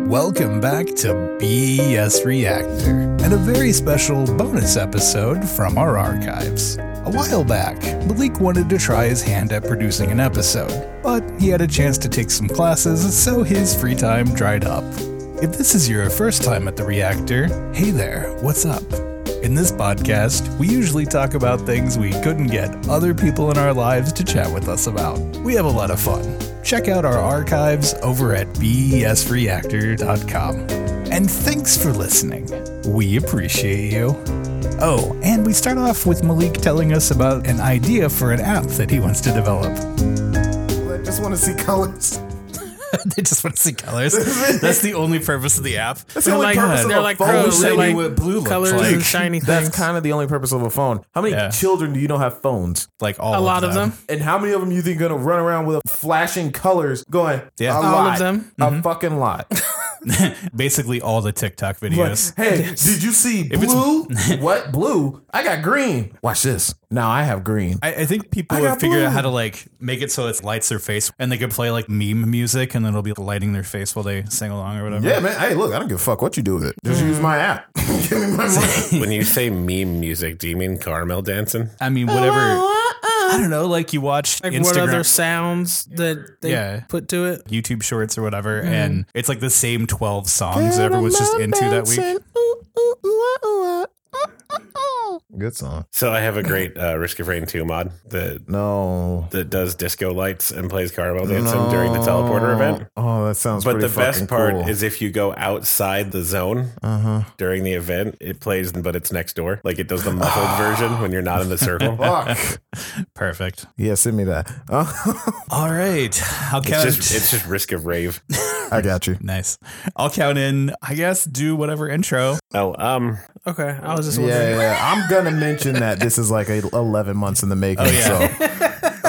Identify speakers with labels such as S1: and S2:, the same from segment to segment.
S1: Welcome back to BS Reactor and a very special bonus episode from our archives. A while back, Malik wanted to try his hand at producing an episode, but he had a chance to take some classes, so his free time dried up. If this is your first time at the reactor, hey there, what's up? In this podcast, we usually talk about things we couldn't get other people in our lives to chat with us about. We have a lot of fun. Check out our archives over at E besreactor.com. And thanks for listening. We appreciate you. Oh, and we start off with Malik telling us about an idea for an app that he wants to develop.
S2: I just want to see colors.
S1: they just want to see colors. That's the only purpose of the app. Oh
S2: the only purpose of
S3: they're
S2: a
S3: like
S2: phone.
S3: pros,
S2: They
S3: they're
S2: knew
S3: like
S2: what blue looks
S3: colors
S2: like.
S3: and shiny
S2: That's
S3: things.
S2: kind of the only purpose of a phone. How many
S1: Yeah.
S2: children do you know have phones?
S1: Like all
S3: a lot of them.
S2: And how many of them you think gonna run around with flashing colors? Going,
S1: Yeah.
S2: a
S1: All
S3: of
S2: lot,
S3: them.
S2: a fucking lot.
S1: Basically, all the TikTok
S2: Like,
S1: videos.
S2: hey, did you see
S1: If it's-
S2: blue? what blue? I got green. Watch this. Now I have green.
S1: I, I think people
S2: I
S1: have
S2: got
S1: figured out
S2: blue.
S1: how to like make it so it lights their face, and they could play like meme music, and then it'll be lighting their face while they sing along or whatever.
S2: Yeah, man. Hey, look, I don't give a fuck what you do with it. Just use my app. Give me my money.
S4: when you say meme music, do you mean caramel dancing?
S1: I mean, whatever. I don't know. Like you watch
S3: Like what
S1: Instagram,
S3: other sounds that they
S1: Yeah.
S3: put to it?
S1: YouTube Shorts or whatever, and it's like the same twelve songs that everyone's just into that week.
S2: Good song.
S4: So I have a great uh, Risk of Rain 2 mod that
S2: No.
S4: that does disco lights and plays caramel dancing during the teleporter event.
S2: Oh, that sounds.
S4: But
S2: pretty
S4: the best
S2: fucking
S4: part
S2: cool.
S4: is if you go outside the zone
S2: Uh-huh.
S4: during the event, it plays, but it's next door. Like it does the muffled version when you're not in the circle.
S2: Fuck.
S1: Perfect.
S2: yeah, send me that. Uh,
S1: All right, I'll
S4: It's
S1: count.
S4: just it's just risk of rave.
S2: I got you.
S1: nice. I'll count in. I guess do whatever intro.
S4: Oh, um,
S3: Okay, I was just
S2: Yeah,
S3: wondering.
S2: yeah, yeah. I'm gonna mention that this is like a, 11 months in the making. So,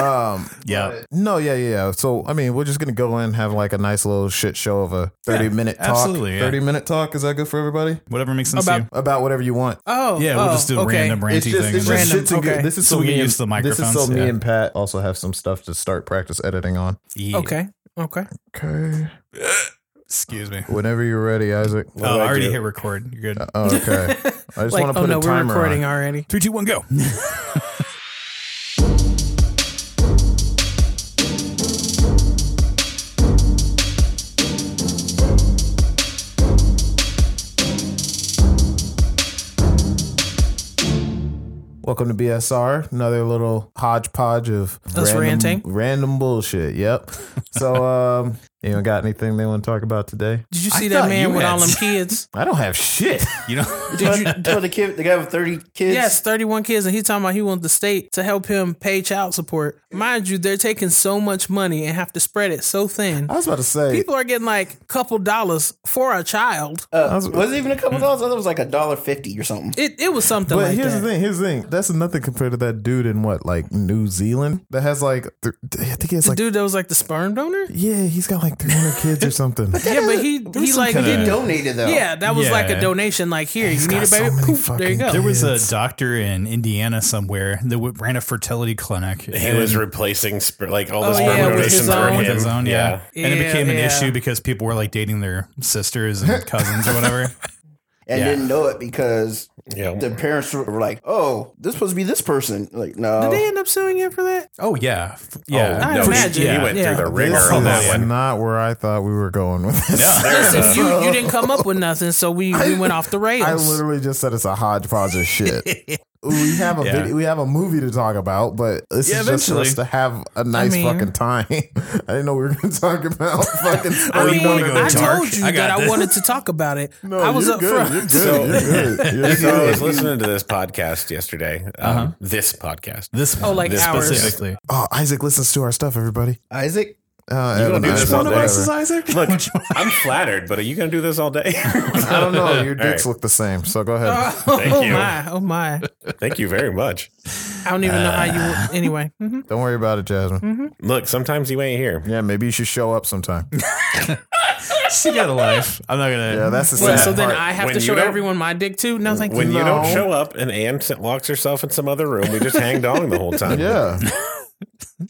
S2: um,
S1: Yeah.
S2: no, Oh, yeah, yeah. yeah. So, I mean, we're just gonna go in and have like a nice little shit show of a 30
S1: Yeah,
S2: minute talk.
S1: absolutely, yeah.
S2: 30 minute talk. Is that good for everybody?
S1: Whatever makes sense to
S3: About-
S1: you.
S2: About whatever you want.
S3: Oh,
S1: Yeah, we'll
S3: oh,
S1: just do
S3: okay.
S1: random ranty
S2: It's just,
S1: things.
S2: it's just
S3: Random,
S2: shit to get-
S3: okay.
S2: This is
S1: So
S2: so,
S1: we
S2: me
S1: can
S2: and,
S1: use the
S2: This is
S1: microphones,
S2: so me
S1: yeah.
S2: and Pat also have some stuff to start practice editing on.
S1: Yeah.
S3: Okay, okay.
S2: Okay.
S1: Excuse me.
S2: Whenever you're ready, Isaac.
S4: do
S1: Oh, I
S4: I
S1: already
S4: do?
S1: hit record. You're good.
S2: Oh, okay. I just
S3: like,
S2: want to
S3: oh
S2: put
S3: no,
S2: a
S3: we're
S2: timer
S3: recording
S2: on.
S3: already.
S1: Three, two, one, go.
S2: Welcome to BSR, another little hodgepodge of
S3: Us ranting.
S2: random bullshit. Yep. So, um, anyone got anything they want to talk about today?
S3: Did you
S1: I
S3: see
S1: thought
S3: that man
S1: you
S3: with
S1: had-
S3: all them kids?
S2: I don't have shit.
S1: You know.
S5: Did you tell the kid the guy with thirty kids?
S3: yes, thirty-one kids, and he's talking about he wants the state to help him pay child support. Mind you, they're taking so much money and have to spread it so thin.
S2: I was about to say.
S3: People are getting like a couple dollars for a child.
S5: Uh, was, it even a couple dollars? I thought it was like a dollar fifty or something.
S3: It it was something
S2: But
S3: like
S2: here's
S3: that.
S2: the thing. Here's the thing. That's nothing compared to that dude in what, like New Zealand, that has like, th- I think it's
S3: The
S2: like,
S3: dude that was like the sperm donor.
S2: yeah, he's got like 300 kids or something.
S3: Yeah, but he he like
S1: kinda-
S3: didn't.
S5: Donated though.
S3: Yeah, that was like
S1: Yeah.
S3: a donation. Like here, you need
S2: got
S3: a baby.
S2: so many
S3: Poof, there you
S2: fucking
S3: go.
S1: There was
S2: Yes.
S1: a doctor in Indiana somewhere that w- ran a fertility clinic.
S4: he was replacing sper- like all the
S3: Oh,
S4: sperm
S3: yeah, with his
S4: donations were
S3: own.
S4: him.
S1: with his own, yeah. And it
S3: Yeah,
S1: became an
S3: yeah.
S1: issue because people were like dating their sisters and cousins or whatever.
S5: and
S1: Yeah.
S5: didn't know it because
S4: yeah.
S5: the parents were like, "Oh, this supposed to be this person." Like, no,
S3: Did they end up suing him for that?
S1: Oh yeah, F-
S4: Oh,
S1: yeah.
S3: I
S4: no,
S3: imagine.
S4: he, he went
S3: Yeah.
S4: through the ringer
S2: This
S4: on that
S2: is
S4: one.
S2: not where I thought we were going with this.
S1: No.
S3: Listen, you, you didn't come up with nothing, so we, we went off the
S2: I
S3: rails.
S2: literally just said it's a hodgepodge of shit. we have a
S1: Yeah.
S2: video, we have a movie to talk about, but this
S1: Yeah,
S2: is just for
S1: eventually.
S2: us to have a nice
S3: mean-
S2: fucking time. I didn't know we were going to talk about fucking.
S3: I
S1: Or you
S3: mean,
S1: wanna go
S3: I
S1: dark?
S3: told you
S1: I got
S3: that
S1: this.
S3: I wanted to talk about it.
S2: no,
S3: I was
S2: you're
S3: up
S2: good.
S3: front.
S2: You're good. You're good. You're
S4: So I
S2: good.
S4: was listening to this podcast yesterday. Um, This podcast.
S1: This
S3: Oh, like
S4: This
S3: hours.
S1: specifically.
S2: Oh, Isaac listens to our stuff, everybody.
S5: Isaac.
S2: Uh,
S4: You gonna do
S2: Evan,
S4: this
S2: Isaac,
S4: one of
S2: whatever.
S4: us,
S1: Isaac?
S4: Look, I'm flattered, but are you going to do this all day?
S2: I don't know. Your
S4: All right.
S2: dicks look the same, so go ahead.
S3: Oh,
S4: Thank you.
S3: my, oh my.
S4: Thank you very much.
S3: I don't even know how you. Anyway, Mhm.
S2: Don't worry about it, Jasmine.
S3: mm-hmm.
S4: Look, sometimes you ain't here.
S2: Yeah, maybe you should show up sometime.
S1: she got a life. I'm not gonna.
S2: Yeah, that's the
S3: Wait,
S2: sad
S3: so then
S2: part.
S3: I have
S4: When
S3: to
S4: you
S3: show
S4: don't-
S3: everyone my dick too. No, thank
S4: When
S3: you.
S4: you don't
S2: No.
S4: show up and Anne sit- locks herself in some other room, we just hang dong the whole time.
S2: yeah,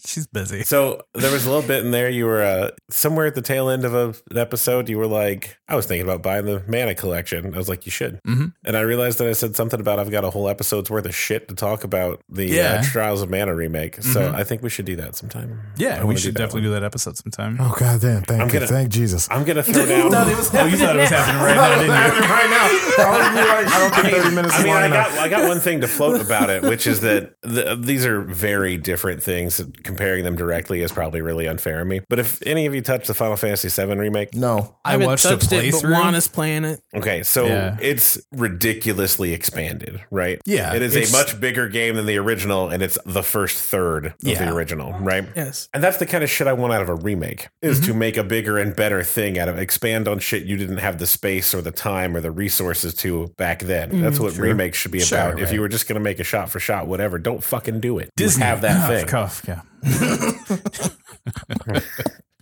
S1: She's busy.
S4: So there was a little bit in there. You were uh, somewhere at the tail end of a, an episode. You were like, I was thinking about buying the Mana collection. I was like, you should.
S1: Mhm.
S4: And I realized that I said something about I've got a whole episode's worth of shit to talk about the
S1: Yeah.
S4: uh, Trials of Mana remake. So
S1: Mhm.
S4: I think we should do that sometime. I
S1: Yeah,
S4: wanna
S1: we
S4: do
S1: should
S4: that
S1: definitely
S4: one.
S1: do that episode sometime.
S2: Oh god damn! Thank
S4: I'm
S2: you,
S4: gonna-
S2: thank Jesus.
S4: I'm gonna throw down.
S1: oh, you thought it was happening right now, didn't you?
S2: right now, I would be like, I don't think thirty minutes
S4: I
S2: is
S4: mean,
S2: long
S4: I
S2: enough.
S4: got, I got one thing to float about it, which is that the, these are very different things. Comparing them directly is probably really unfair of me. But if any of you touch the Final Fantasy VII remake,
S2: no,
S1: I
S3: haven't
S1: watched a
S3: touched it, but
S1: playthrough.
S3: Juan is playing it.
S4: Okay, so
S1: Yeah.
S4: it's ridiculously expanded, right?
S1: Yeah,
S4: It is
S1: it's-
S4: a much bigger game than the original, and it's the first third of
S1: Yeah. Mm-hmm.
S4: the original, right?
S3: Yes.
S4: And that's the kind of shit I want out of a remake is to make a bigger and better thing out of expand on shit you didn't have the space or the time or the resources to back then.
S1: Mm-hmm,
S4: That's what remakes should be about. If you were just going to make a shot for shot, whatever, don't fucking do it. Just
S1: Disney Oh,
S4: have that
S1: Cough,
S4: thing.
S1: Cough, yeah.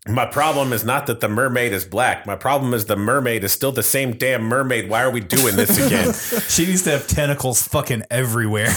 S4: My problem is not that the mermaid is black. My problem is the mermaid is still the same damn mermaid. Why are we doing this again?
S1: She needs to have tentacles fucking everywhere.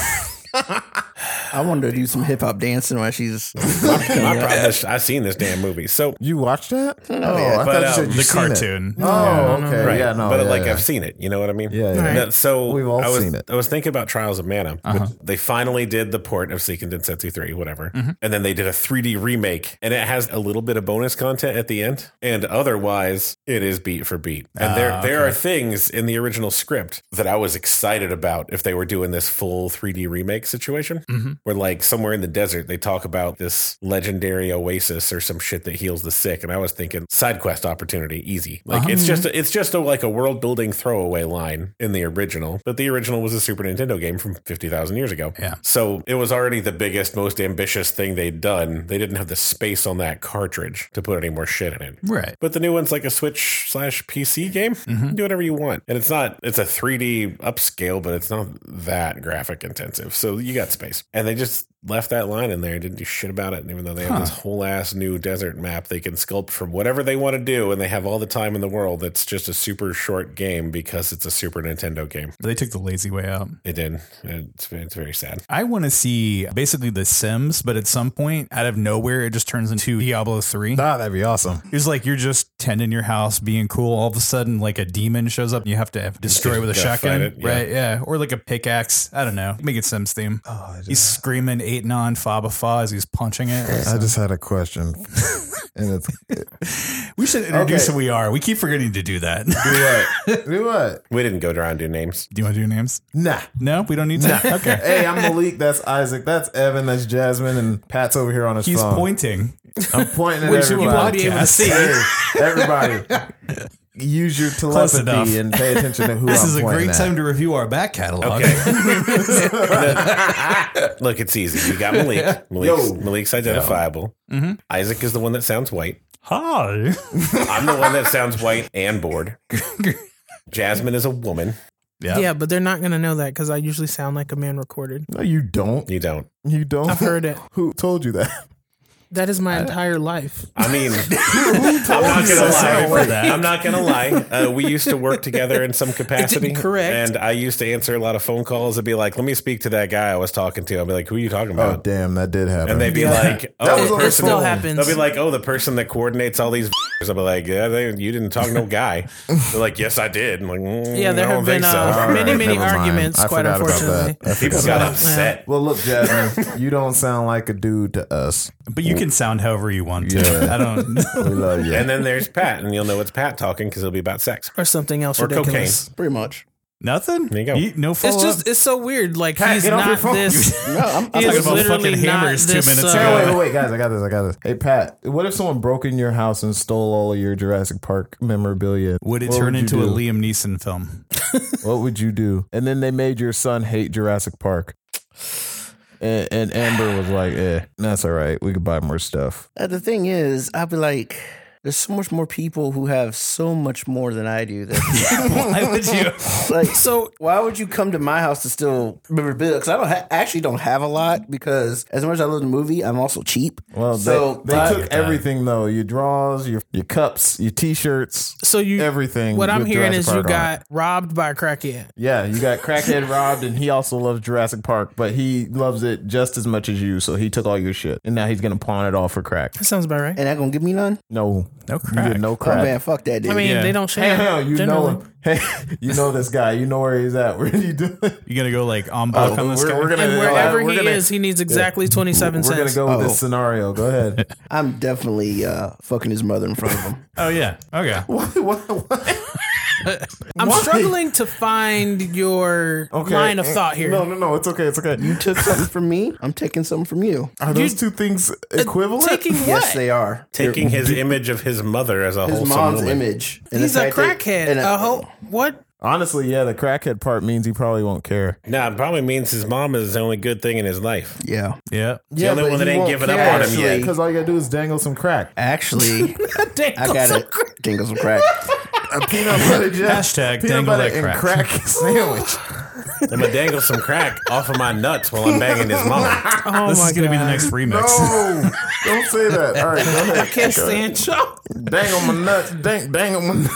S5: I wanted to do some hip hop dancing while she's.
S4: My problem is I've seen this damn movie. So
S2: you watched that? Oh, I
S4: But, um,
S2: you'd
S1: the
S2: seen it.
S1: cartoon.
S2: Oh, okay,
S4: right,
S2: yeah, no,
S4: but
S2: yeah,
S4: like
S2: yeah.
S4: I've seen it. You know what I mean?
S2: Yeah, yeah.
S4: And that- so
S2: We've all
S4: I was,
S2: seen it.
S4: I was thinking about Trials of Mana. which They finally did the port of Seiken Densetsu three, whatever, and then they did a 3D remake, and it has a little bit of bonus content at the end, and otherwise it is beat for beat. And there there are things in the original script that I was excited about if they were doing this full 3D remake situation, where like somewhere in the desert they talk about this legendary oasis or some shit that heals the sick, and I was thinking side quest opportunity, easy. Like it's just a, it's just a, like a world building throwaway line in the original, but the original was a Super Nintendo game from fifty thousand years ago.
S1: Yeah.
S4: So it was already the biggest, most ambitious thing they'd done. They didn't have the space on that cartridge to put any more shit in it.
S1: Right.
S4: But the new one's like a Switch slash PC game. You can Do whatever you want. And it's not, it's a 3D upscale, but it's not that graphic intensive. So you got space. And they just left that line in there and didn't do shit about it. And even though they have this whole ass new desert map they can sculpt from whatever they want to do, and they have all the time in the world, it's just a super short game because it's a Super Nintendo game.
S1: They took the lazy way out.
S4: They did. It's, it's very sad.
S1: I want to see basically the Sims, but at some point, out of nowhere, it just turns into Diablo 3.
S2: Ah, that'd be awesome.
S1: It's like you're just tending your house, being cool. All of a sudden, like a demon shows up and you have to destroy with a
S4: Gotta fight
S1: shotgun.
S4: it, yeah.
S1: Right, yeah. Or like a pickaxe. I don't know. Make it Sims theme. he's screaming eight non faba fa as he's punching it.
S2: I just had a question, and it's
S1: We should introduce
S2: Okay.
S1: who we are. We keep forgetting to do that.
S2: do what? Do what?
S4: We didn't go around do names.
S1: do you want to do names?
S2: Nah.
S1: No, we don't need to. Okay.
S2: Hey, I'm Malik. That's Isaac. That's Evan. That's Jasmine. And Pat's over here on his
S1: He's
S2: phone.
S1: pointing.
S2: I'm pointing at
S1: Which you won't
S2: everybody.
S1: be able to see.
S2: Hey, everybody, use your
S1: Close enough.
S2: telepathy and pay attention to who
S1: This
S2: I'm
S1: is a
S2: pointing
S1: great
S2: at.
S1: time to review our back catalog.
S4: Look, it's easy. You got Malik. Malik's, Malik's identifiable. Isaac is the one that sounds white.
S1: Hi.
S4: I'm the one that sounds white and bored. Jasmine is a woman.
S1: Yeah.
S3: Yeah, but they're not gonna know that because I usually sound like a man recorded.
S2: No, you don't.
S4: You don't.
S2: You don't.
S3: I've heard it.
S2: Who told you that?
S3: That is my entire life.
S4: I mean, I'm not
S1: you
S4: gonna
S1: that? Sorry
S4: lie.
S1: for that.
S4: I'm not gonna lie. Uh, we used to work together in some capacity,
S3: correct.
S4: And I used to answer a lot of phone calls and be like, "Let me speak to that guy I was talking to." I'd be like, "Who are you talking
S2: Oh,
S4: about?"
S2: damn, that did happen.
S4: and they'd be like,
S2: was on
S3: It,
S4: "Oh, the
S2: the
S3: it
S4: person."
S3: still
S2: phone.
S3: happens.
S4: They'll be like, "Oh, the person that coordinates all these." I'll be like, "Yeah, they, you didn't talk to no guy." They're like, "Yes, I did." I'm like, mm,
S3: Yeah, there
S4: I
S3: have
S4: don't think
S3: been,
S4: so.
S3: uh,
S2: All
S3: many, many
S2: never mind.
S3: arguments,
S2: I
S3: quite
S2: forgot about
S3: unfortunately.
S2: that. I
S4: People
S2: forgot
S4: got
S2: about that.
S4: upset.
S2: Well, look, Jasmine, you don't sound like a dude to us.
S1: But you can sound however you want to.
S2: Yeah.
S1: I don't.
S2: We love you.
S4: And then there's Pat, and you'll know it's Pat talking because it'll be about sex
S3: or something else
S4: or cocaine.
S3: ridiculous.
S5: Pretty much.
S1: Nothing?
S4: There you go.
S1: no
S3: It's
S1: follow
S3: just
S1: up?
S3: it's so weird. Like he's
S2: get off your
S3: not
S2: phone.
S3: this. He
S5: No, I'm, I'm
S1: talking
S3: is
S1: about
S3: literally
S1: fucking
S3: not
S1: hammers two
S3: this,
S1: minutes
S3: uh,
S1: ago.
S2: Hey, wait, wait, wait, guys, I got this, I got this. Hey, Pat, what if someone broke in your house and stole all of your Jurassic Park memorabilia?
S1: Would it
S2: What
S1: turn
S2: you
S1: into a
S2: do?
S1: Liam Neeson film?
S2: What would you do? And then they made your son hate Jurassic Park. And, and Amber was like, eh, that's all right. We could buy more stuff.
S5: Uh, the thing is, I'd be like, There's so much more people who have so much more than I do. That
S6: Why would you?
S5: like
S3: So
S5: Why would you come to my house to steal remember bill? Because I don't ha- actually don't have a lot. Because as much as I love the movie, I'm also cheap.
S2: Well,
S5: so
S2: Oh, they, they
S5: like,
S2: took everything though. Your draws, your your cups, your t-shirts,
S3: so you
S2: everything.
S3: What I'm
S2: with
S3: hearing
S2: Jurassic
S3: is you
S2: Park on it.
S3: got robbed by a crackhead.
S2: Yeah, you got crackhead robbed, and he also loves Jurassic Park, but he loves it just as much as you. So he took all your shit, and now he's gonna pawn it all for crack.
S3: That sounds about right.
S5: and that gonna give me none.
S2: No,
S1: No
S2: you
S1: crack.
S2: did no
S5: Oh
S2: crack.
S5: man, fuck that dude.
S3: I mean,
S1: Yeah.
S3: they don't
S2: Hey,
S3: share.
S2: hell, you
S3: generally.
S2: know him. Hey, you know this guy. You know where he's at. What are you doing?
S1: You gonna go like on back on this
S2: we're,
S1: guy?
S2: we're gonna
S3: And
S2: uh,
S3: wherever
S2: we're
S3: he
S2: gonna-
S3: is, he needs exactly 27
S2: We're gonna
S3: cents.
S2: go with
S5: "Oh."
S2: this scenario. Go ahead.
S5: I'm definitely uh, fucking his mother in front of him.
S1: oh yeah. Okay.
S2: what, what, what?
S3: I'm
S2: Why?
S3: struggling to find your
S2: Okay.
S3: line of thought here.
S2: No, no, no. It's okay. It's okay.
S5: you took something from me. I'm taking something from you.
S2: Are those two things equivalent?
S3: uh, Taking what?
S5: Yes, they are.
S4: Taking his image of his mother as a
S5: His
S4: wholesome
S5: mom's
S4: woman.
S5: image. And
S3: He's
S5: the
S3: a
S5: fact that-
S3: crackhead.
S5: and
S2: uh,
S3: A ho- what?
S2: Honestly, yeah. The crackhead part means he probably won't care.
S4: Nah, it probably means his mom is the only good thing in his life.
S5: yeah.
S1: Yeah.
S4: The only one that ain't giving up on him yet.
S2: Because all you gotta do is dangle some crack.
S5: Actually, I gotta jingle some crack.
S2: A peanut butter jam,
S1: Hashtag
S2: peanut
S1: dangle
S2: butter
S1: that
S2: and
S1: crack.
S2: crack sandwich.
S4: I'm gonna dangle some crack off of my nuts while I'm banging his mom.
S3: Oh
S1: this
S3: my
S1: is gonna
S3: God.
S1: be the next remix.
S2: No, Oh, don't say that. All right, go ahead.
S3: Can't stand y'all.
S2: Dangle my nuts. Dang, dangle my. Nuts.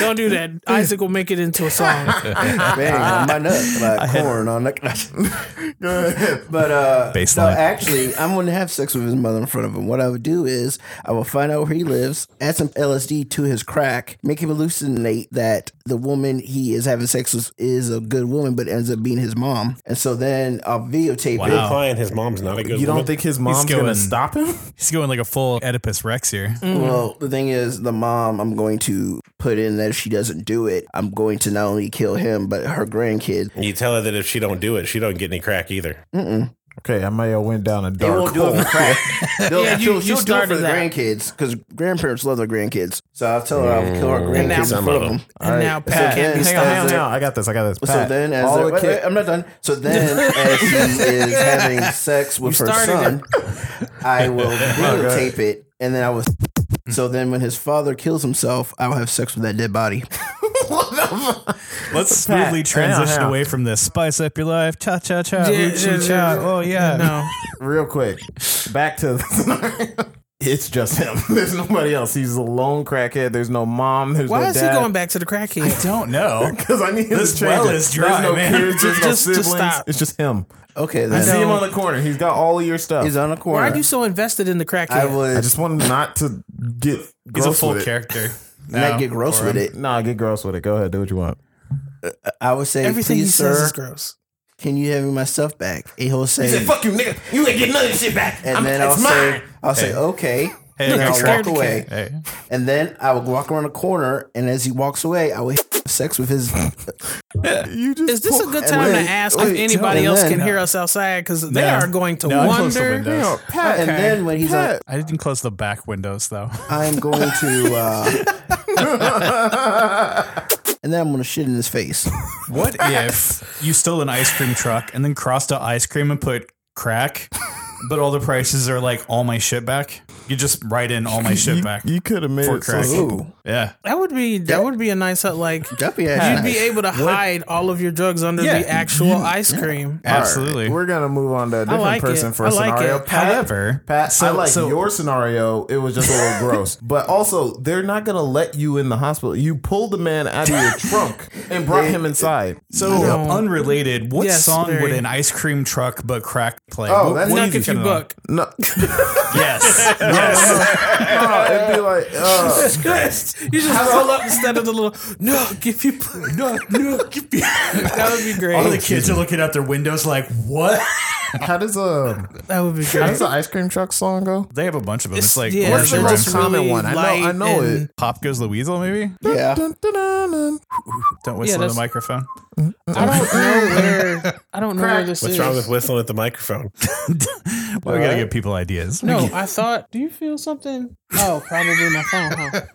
S3: Don't do that. Isaac will make it into a song.
S5: Bang on my nut, like corn on the.
S2: Go ahead.
S5: But uh, no,
S1: Baseline.
S5: actually, I wouldn't have sex with his mother in front of him. What I would do is I would find out where he lives, add some LSD to his crack, make him hallucinate that the woman he is having sex with is a good woman, but ends up being his mom. And so then I'll videotape
S4: You're
S1: Wow.
S5: it.
S4: implying his mom's not a good
S2: You don't
S4: woman?
S2: think his mom's
S1: going-
S2: gonna stop him?
S1: He's going like a full Oedipus Rex here.
S5: Well, the thing is, the mom, I'm going to put in that if she doesn't do it, I'm going to not only kill him, but her grandkid.
S4: You tell her that if she don't do it, she don't get any crack either.
S2: Okay, I may have went down a dark
S5: They won't
S2: hole.
S5: do it for crack. They'll,
S3: Yeah, you-
S5: she'll,
S3: you
S5: she'll do it
S3: started
S5: for the
S3: that.
S5: grandkids because grandparents love their grandkids. So I'll tell her I'll kill her
S3: And now-
S5: grandkids in
S4: Some
S5: front
S4: of
S5: of
S4: them.
S5: them.
S3: and
S2: right.
S3: now
S2: So
S3: Pat
S5: then-
S3: can't be
S2: Hang on,
S3: stopped.
S5: As
S2: hang on,
S5: a-
S2: hang on. I got this. I got this. Pat,
S5: So then, as
S2: all
S5: the-
S2: the
S5: wait, wait,
S2: kid,
S5: I'm not done. So then, as he is having sex with
S3: You
S5: her
S3: started
S5: son, I
S2: Oh,
S5: will videotape it, and then I will. So then, when his father kills himself, I will have sex with that dead body.
S1: Let's smoothly
S2: Pat,
S1: transition
S2: hang on.
S1: away from this. Spice up your life. Cha cha cha.
S3: Yeah,
S1: Ooh, chee,
S3: yeah,
S1: cha.
S3: yeah.
S1: Oh yeah.
S3: No.
S2: real quick, back to the scenario. It's just him. There's nobody else. He's a lone crackhead. There's no mom. There's
S3: Why
S2: no
S3: is he
S2: dad.
S3: going back to the crackhead?
S1: Don't know.
S2: Because I need
S1: This
S2: to change
S1: well
S2: it.
S1: is dry,
S2: There's no
S1: man.
S2: kids. There's no
S3: Just- just
S2: siblings.
S3: stop.
S2: It's just him.
S5: Okay,
S2: I
S5: then
S2: see him
S3: No.
S2: on the corner. He's got all of your stuff.
S5: he's on the
S3: Why
S5: corner.
S3: are you so invested in the crackhead?
S5: I would
S2: I just want him not to get.
S1: He's
S2: gross
S1: a full
S2: with it.
S1: character.
S5: not get gross with it.
S2: Nah, get gross with it. Go ahead, do what you want.
S5: I would say,
S3: Everything he
S5: please,
S3: says
S5: sir,
S3: is gross.
S5: can you have me my stuff back? And he'll say,
S2: you, nigga. You ain't getting none of this shit back.
S5: and then I'll say, I'll say, okay, and
S1: you're
S5: then I'll
S3: scared
S5: walk
S3: to
S5: away.
S1: Hey.
S5: And then I would walk around the corner, and as he walks away, I would have sex with his.
S2: You just
S3: Is this a good
S5: and
S3: time to
S5: wait,
S3: ask if
S5: wait,
S3: anybody
S5: and
S3: else
S5: then-
S3: can hear us outside? Because they are going to
S1: No, I closed the
S3: wonder.
S1: windows.
S2: Pat,
S5: And then when he's like,
S1: I didn't close the back windows though.
S5: I'm going to. Uh, and then I'm going to shit in his face.
S1: What if you stole an ice cream truck and then crossed out ice cream and put crack, but all the prices are like all my shit back? You just write in all my shit
S2: you,
S1: back.
S2: you could have made
S1: For
S2: it
S1: crack.
S2: so simple.
S5: Ooh,
S1: yeah.
S3: That would be that would be a nice uh, like
S5: that'd be
S3: you'd
S5: actually
S3: be
S5: nice.
S3: able to hide all of your drugs under
S1: Yeah,
S3: the actual ice cream.
S1: Absolutely.
S2: We're gonna move on to a different
S3: like
S2: person
S3: it.
S2: for
S3: I
S2: a
S3: like
S2: scenario.
S3: it.
S2: Pat,
S1: However,
S2: Pat, I
S1: so-
S2: like
S1: so-
S2: your scenario. It was just a little gross, but also they're not gonna let you in the hospital. You pulled the man out of your trunk and brought him inside.
S1: So unrelated, what
S3: Yes,
S1: song
S3: very.
S1: would an ice cream truck but crack play?
S2: Oh,
S1: What-
S2: that's
S1: what do
S3: Knock if you uh,
S1: think of
S3: buck.
S2: No,
S1: that? Yes. yes.
S2: no, it'd be like, uh,
S3: You just roll up instead of the little no, give you no, no, give you. That would be
S1: All the
S3: great.
S1: kids are looking out their windows like, what?
S2: how does a
S3: That would be
S2: how
S3: great.
S2: does the ice cream truck song go?
S1: They have a bunch of them. It's, like,
S3: yeah,
S1: what's
S2: the
S1: their
S3: they're
S2: most
S1: name?
S3: just
S2: common
S3: really
S2: one? I know- I
S3: light
S2: know
S3: and-
S2: it.
S1: Pop Goes the Weasel, maybe?
S5: Yeah.
S2: Dun, dun, dun, dun.
S1: Don't whistle in the
S3: that's-
S1: microphone.
S3: I don't know where. I don't know where this
S4: What's
S3: is.
S4: wrong with whistling at the microphone?
S1: Well, we gotta give people ideas.
S3: no, I thought. Do you feel something? Oh, probably my phone.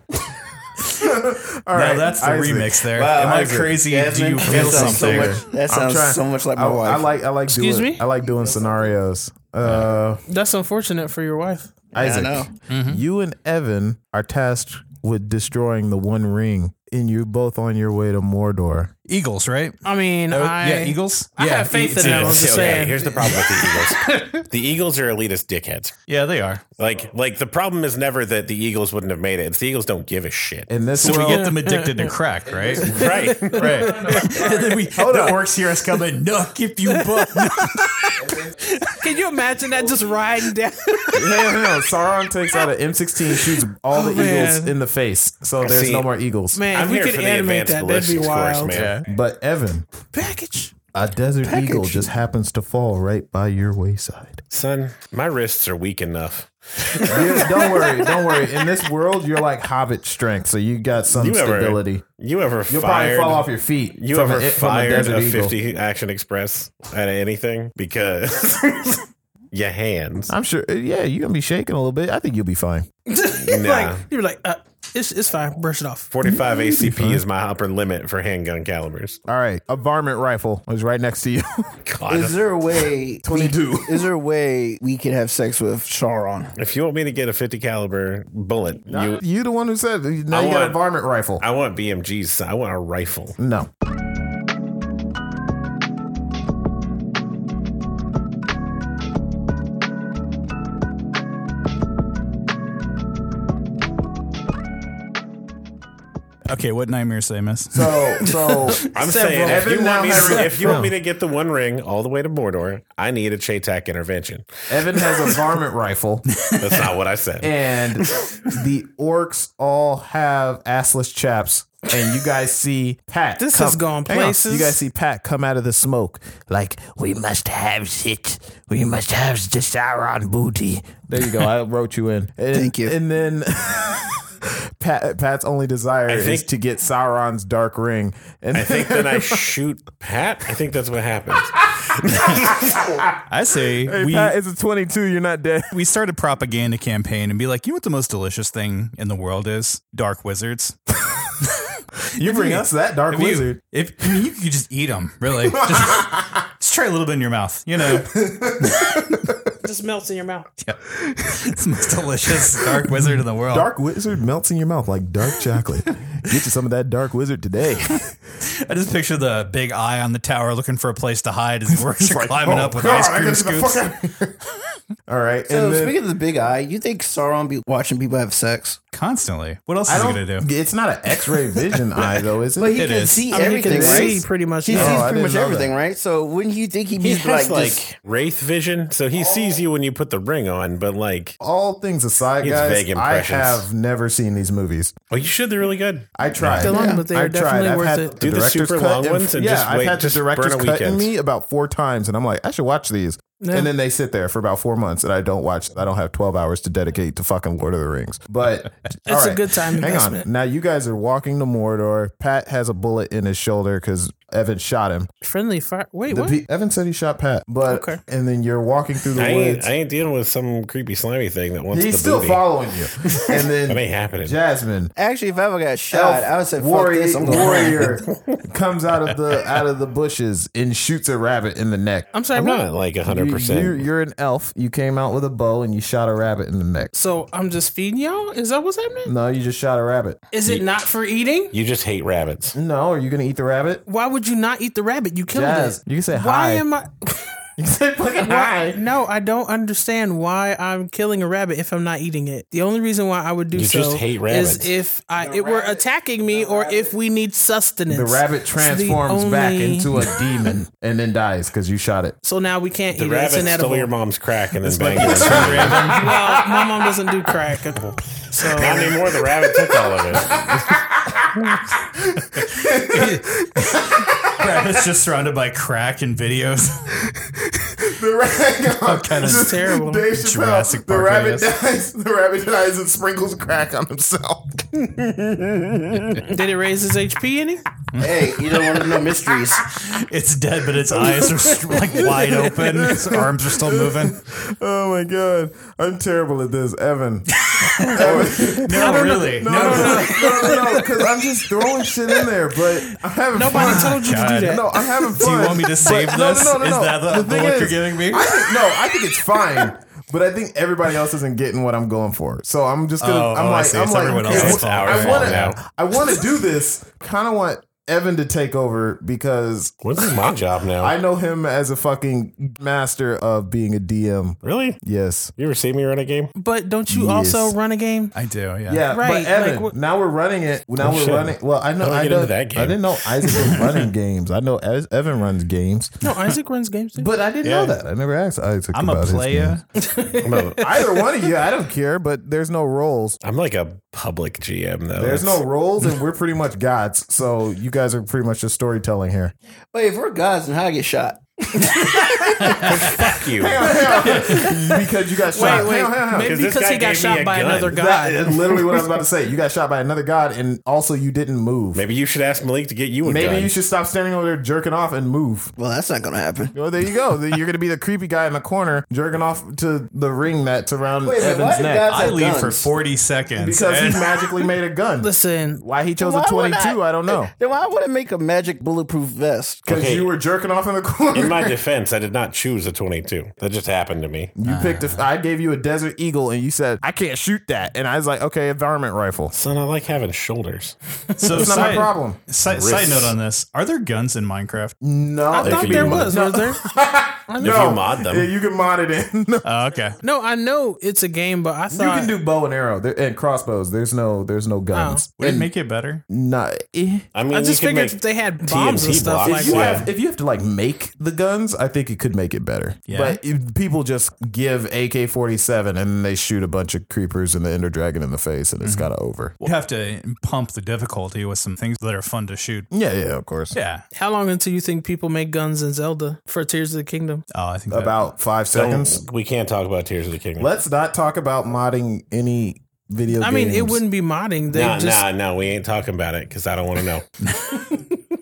S3: Huh?
S2: All
S1: No,
S2: right,
S1: that's the
S2: Isaac.
S1: remix there.
S5: Wow,
S1: Am I
S2: Isaac.
S1: crazy? Do
S5: Jasmine,
S1: you
S5: that
S1: feel
S5: sounds
S1: something?
S5: So much, that sounds
S2: trying-
S5: so much like my
S2: I,
S5: wife.
S2: I like I like
S3: Excuse
S2: doing
S3: me?
S2: I like doing scenarios. Uh,
S3: That's unfortunate for your wife.
S2: Isaac,
S5: know.
S3: Mm-hmm.
S2: you and Evan are tasked with destroying the One Ring, and you're both on your way to Mordor.
S1: Eagles, right?
S3: I mean,
S1: Oh,
S3: I,
S1: yeah, Eagles.
S3: I have faith in them. I'm just saying.
S4: here's the problem with the Eagles. the Eagles are elitist dickheads.
S1: Yeah, they are.
S4: Like, like the problem is never that the Eagles wouldn't have made it. It's the Eagles don't give a shit.
S2: And this
S1: So
S2: world,
S1: we get them addicted to crack, right?
S4: Right.
S2: right.
S1: and then we, the orcs hear us coming, knock if you buck.
S3: Can you imagine that just riding down?
S2: no, no, no. Sauron takes out an M16, shoots all the
S3: Oh, man.
S2: eagles in the face, so there's
S4: See,
S2: no more eagles.
S3: Man,
S4: I'm
S3: if we
S4: here
S3: could
S4: for the
S3: animate
S4: advanced
S3: that, that'd be
S4: ballistics
S3: wild.
S4: course, man.
S2: But Evan,
S3: Package.
S2: a desert eagle just happens to fall right by your wayside.
S4: Son, my wrists are weak enough.
S2: Yeah, don't worry, don't worry. In this world, you're like hobbit strength, so you got some
S4: You ever-
S2: stability.
S4: You ever
S2: You'll probably
S4: fired?
S2: fall off your feet.
S4: you
S2: from
S4: ever
S2: a- from
S4: fired
S2: desert
S4: a
S2: eagle.
S4: 50 Action Express at anything? Because your hands.
S2: I'm sure. Yeah, you're gonna be shaking a little bit. I think you'll be fine.
S4: Nah.
S3: Like you're like, uh, it's it's fine. Brush it off.
S4: 45
S2: Mm-hmm.
S4: ACP is my upper limit for handgun calibers.
S2: All right, a varmint rifle is right next to you.
S4: God,
S5: Is there a way?
S2: 22.
S5: Is there a way we can have sex with Sauron?
S4: if you want me to get a 50 caliber bullet, you,
S2: you, the one who said now
S4: I
S2: you got a
S4: want-
S2: varmint rifle.
S4: I want BMGs. son. I want a rifle.
S2: no.
S1: okay, what nightmares did I miss?
S2: So so
S4: I'm
S3: Several.
S4: saying if you,
S2: Evan
S4: want
S2: now
S4: me
S2: has
S4: to,
S2: a-
S4: if you want me to get the one ring all the way to Mordor, I need a Chaytac intervention.
S2: Evan has a varmint rifle,
S4: That's not what I said.
S2: and the orcs all have assless chaps. And you guys see Pat.
S3: This
S2: come-
S3: has gone
S2: Hang on.
S3: places.
S2: You guys see Pat come out of the smoke. Like,
S6: We must have it. We must have the Sauron booty.
S2: there you go. I wrote you in. And-
S5: Thank you.
S2: And then Pat, Pat's only desire is
S4: think-
S2: to get Sauron's dark ring. And
S4: I think then I shoot Pat. I think that's what happens.
S1: I say we
S2: Pat is a 22. You're not dead.
S1: we start a propaganda campaign and be like, you know what the most delicious thing in the world is? Dark wizards.
S2: You bring us that dark
S1: If you-
S2: wizard.
S1: If I mean, you could just eat them, really. Just, just try a little bit in your mouth. You know,
S3: Just melts in your mouth.
S1: it's the most delicious dark wizard in the world.
S2: Dark wizard melts in your mouth like dark chocolate. Get you some of that dark wizard today.
S1: I just picture the big eye on the tower looking for a place to hide as he works are climbing
S2: oh,
S1: up with
S2: God,
S1: ice
S2: I
S1: cream
S2: gotta get the
S1: scoops.
S2: fuck out. All right.
S5: So
S2: and then-
S5: speaking of the big eye, you think Sauron be watching people have sex?
S1: Constantly. What else
S2: I
S1: is he
S2: don't,
S1: gonna do?
S2: It's not an X-ray vision eye though, is it?
S5: He
S1: It
S5: can
S1: is.
S5: see
S3: I mean, he
S5: everything,
S3: can
S5: right?
S3: see pretty much.
S5: He
S3: Yeah.
S5: sees
S2: I
S5: pretty
S2: didn't
S5: much
S2: know
S5: everything, right? So wouldn't you think he'd
S4: He
S5: be
S4: has
S5: like,
S4: like,
S5: this-
S4: wraith vision, so he sees you when you put the ring on. But like,
S2: All things aside,
S4: He has
S2: guys,
S4: vague
S2: I
S4: impressions.
S2: have never seen these movies.
S4: oh, you should. They're really good.
S2: I tried.
S3: They're long, but they are
S2: I've tried.
S3: definitely
S2: I've
S3: worth
S2: had
S3: it.
S4: Do the
S2: director's
S4: super
S2: cut
S4: long ones and
S2: yeah,
S4: just
S2: I've
S4: wait,
S2: had
S4: just
S2: the director's
S4: burn a
S2: cut in
S4: weekend.
S2: me about four times, and I'm like, I should watch these.
S3: Yeah.
S2: And then they sit there for about four months, and I don't watch. I don't have 12 hours to dedicate to fucking Lord of the Rings. But it's
S3: a good time
S2: Hang
S3: investment.
S2: on. Now you guys are walking to Mordor. Pat has a bullet in his shoulder because Evan shot him.
S3: Friendly fire. Wait,
S2: The
S3: what?
S2: pe- Evan said he shot Pat, but
S3: Okay.
S2: and then you're walking through the
S4: I ain't,
S2: woods.
S4: I ain't dealing with some creepy slimy thing that wants
S2: He's
S4: the
S2: still
S4: booty.
S2: following you. And
S4: That ain't
S2: then
S4: happening.
S2: Jasmine,
S5: actually, if I ever got
S2: elf
S5: shot, I would say, fuck
S2: warrior,
S5: this, I'm going
S2: warrior comes out of the out of the bushes and shoots a rabbit in the neck.
S3: I'm sorry.
S4: I'm
S3: what?
S4: not like hundred
S2: You, you're,
S4: percent.
S2: you're an elf. You came out with a bow and you shot a rabbit in the neck.
S3: So I'm just feeding y'all. Is that what's
S4: Mm,
S3: happening?
S2: No, you just shot a rabbit.
S3: Is it not for eating?
S4: You just hate rabbits.
S2: No, are you gonna eat the rabbit?
S3: Why would you not eat the rabbit? You killed
S2: Jazz,
S3: it.
S2: you can say
S3: Why
S2: hi.
S3: am I?
S2: You said fucking
S3: Why? No, I don't understand why I'm killing a rabbit if I'm not eating it. The only reason why I would do
S4: You
S3: so
S4: just hate rabbits.
S3: is if I it were attacking me or if we need sustenance.
S2: The rabbit
S3: It's the
S2: transforms back
S3: only-
S2: into a demon and then dies because you shot it.
S3: So now we can't
S4: The
S3: eat it. It's
S4: rabbit
S3: inedible.
S4: stole your mom's crack and then banged it.
S3: well, my mom doesn't do crack. So
S4: Not anymore. The rabbit took all of it.
S1: Rabbit's just surrounded by crack and videos.
S2: The rabbit
S1: kind of
S3: it's terrible.
S2: Dave Chappelle,
S1: Jurassic
S2: the
S1: Park, I
S2: rabbit
S1: guess.
S2: dies. The rabbit dies and sprinkles crack on himself.
S3: Did it raise his HP any?
S5: Hey, you don't want to know mysteries.
S1: it's dead, but its eyes are st- like wide open. Its arms are still moving.
S2: Oh my god, I'm terrible at this, Evan.
S1: No, really. No,
S2: no, no, no, because I'm just throwing shit in there, but I'm having
S3: Nobody
S2: fun.
S3: told you to
S1: God.
S3: do that.
S2: Oh No, I'm having fun.
S1: Do you want me to save
S2: But- no,
S1: this?
S2: No, no, no,
S1: Is
S2: no.
S1: that the, the
S2: thing
S1: look
S2: is,
S1: you're giving me?
S2: I think, no, I think it's fine. But I think everybody else isn't getting what I'm going for. So I'm just gonna.
S1: Oh,
S2: I'm
S1: oh, I
S2: like,
S1: see.
S2: I'm
S1: It's
S2: like,
S1: everyone
S2: okay,
S1: else's
S2: I
S1: fault
S2: wanna-
S4: now.
S2: I want to do this. Kind of want Evan to take over because
S4: When's this my job now?
S2: I know him as a fucking master of being a DM.
S4: really?
S2: Yes.
S4: You ever see me run a game?
S3: But don't you
S2: Yes.
S3: also run a game?
S1: I do, yeah.
S2: Yeah,
S3: Right,
S2: but Evan,
S3: like, what-
S2: now we're running it. Now
S4: Oh,
S2: we're
S4: shit.
S2: running. Well, I know.
S4: How do I
S2: I,
S4: get
S2: know,
S4: into that game?
S2: I didn't know Isaac was running games. I know Ez- Evan runs games,
S3: No, Isaac runs games too.
S2: but I didn't know
S4: Yeah.
S2: that. I never asked Isaac.
S1: I'm
S2: about
S1: a
S2: his games.
S1: player.
S4: I'm, a,
S2: Either one of you, I don't care. But there's no roles.
S4: I'm like a public GM though.
S2: There's
S4: That's-
S2: no roles, and we're pretty much gods. So you guys are pretty much just storytelling here.
S5: Wait, if we're gods, then how I get shot?
S4: fuck you.
S2: because you got shot.
S3: wait,
S2: Hang on, hang on, hang on.
S3: maybe
S4: 'Cause this
S3: because
S4: guy
S3: he got
S4: gave me
S3: shot
S4: a
S3: by
S4: gun.
S3: another
S4: That-
S3: guy.
S2: That is literally what I was about to say. You got shot by another god, and also you didn't move.
S4: Maybe you should ask Malik to get you a
S2: Maybe
S4: gun.
S2: you should stop standing over there jerking off and move.
S5: Well, that's not going to happen.
S2: Well, there you go. Then You're going to be the creepy guy in the corner jerking off to the ring that's around
S5: Wait a minute, why
S2: Evan's
S5: do
S2: neck
S5: guys
S1: I
S5: have
S1: leave for
S5: guns?
S1: 40 seconds.
S2: because he
S1: and-
S2: magically made a gun.
S3: Listen,
S2: Why he chose a
S5: Why would
S2: 22, I, don't know.
S5: Then why would I make a magic bulletproof vest?
S2: Because
S4: Okay.
S2: you were jerking off in the corner.
S4: In my defense, I did not choose a 22. That just happened to me.
S2: you picked. A, I gave you a Desert Eagle, and you said I can't shoot that. And I was like, okay, environment rifle.
S4: Son, I like having shoulders.
S1: so
S2: It's not my
S1: side,
S2: problem.
S1: Side, side note on this: Are there guns in Minecraft?
S2: No,
S3: I thought
S4: could be
S3: there
S4: mod-
S3: was, was there?
S4: If you mod them.
S2: Yeah, you can mod it in. No.
S1: Oh, okay.
S3: No, I know it's a game, but I
S2: You
S3: thought
S2: can do bow and arrow there, and crossbows. There's no, there's
S4: Oh.
S2: no guns.
S1: Would it make it better?
S2: Nah, eh.
S4: I mean,
S3: I
S4: you
S3: just
S4: could
S3: figured
S4: make-
S3: if they had bombs and
S4: TNT
S3: stuff
S4: blocks.
S2: if
S3: like
S2: you
S4: Yeah.
S2: have if you have to like make the guns, I think it could make it better.
S1: Yeah.
S2: But if people just give AK forty seven and they shoot a bunch of creepers and the Ender Dragon in the face, and it's kind of over.
S1: You have to pump the difficulty with some things that are fun to shoot.
S2: Yeah, yeah, of course.
S1: Yeah.
S3: How long until you think people make guns in Zelda for Tears of the Kingdom?
S1: Oh, I think that-
S2: About five seconds.
S4: Don't- we can't talk about Tears of the Kingdom.
S2: Let's not talk about modding any video.
S3: I mean, it
S2: games.
S3: wouldn't be modding. They
S4: Nah,
S3: just
S4: nah, no, we ain't talking about it because I don't want to know.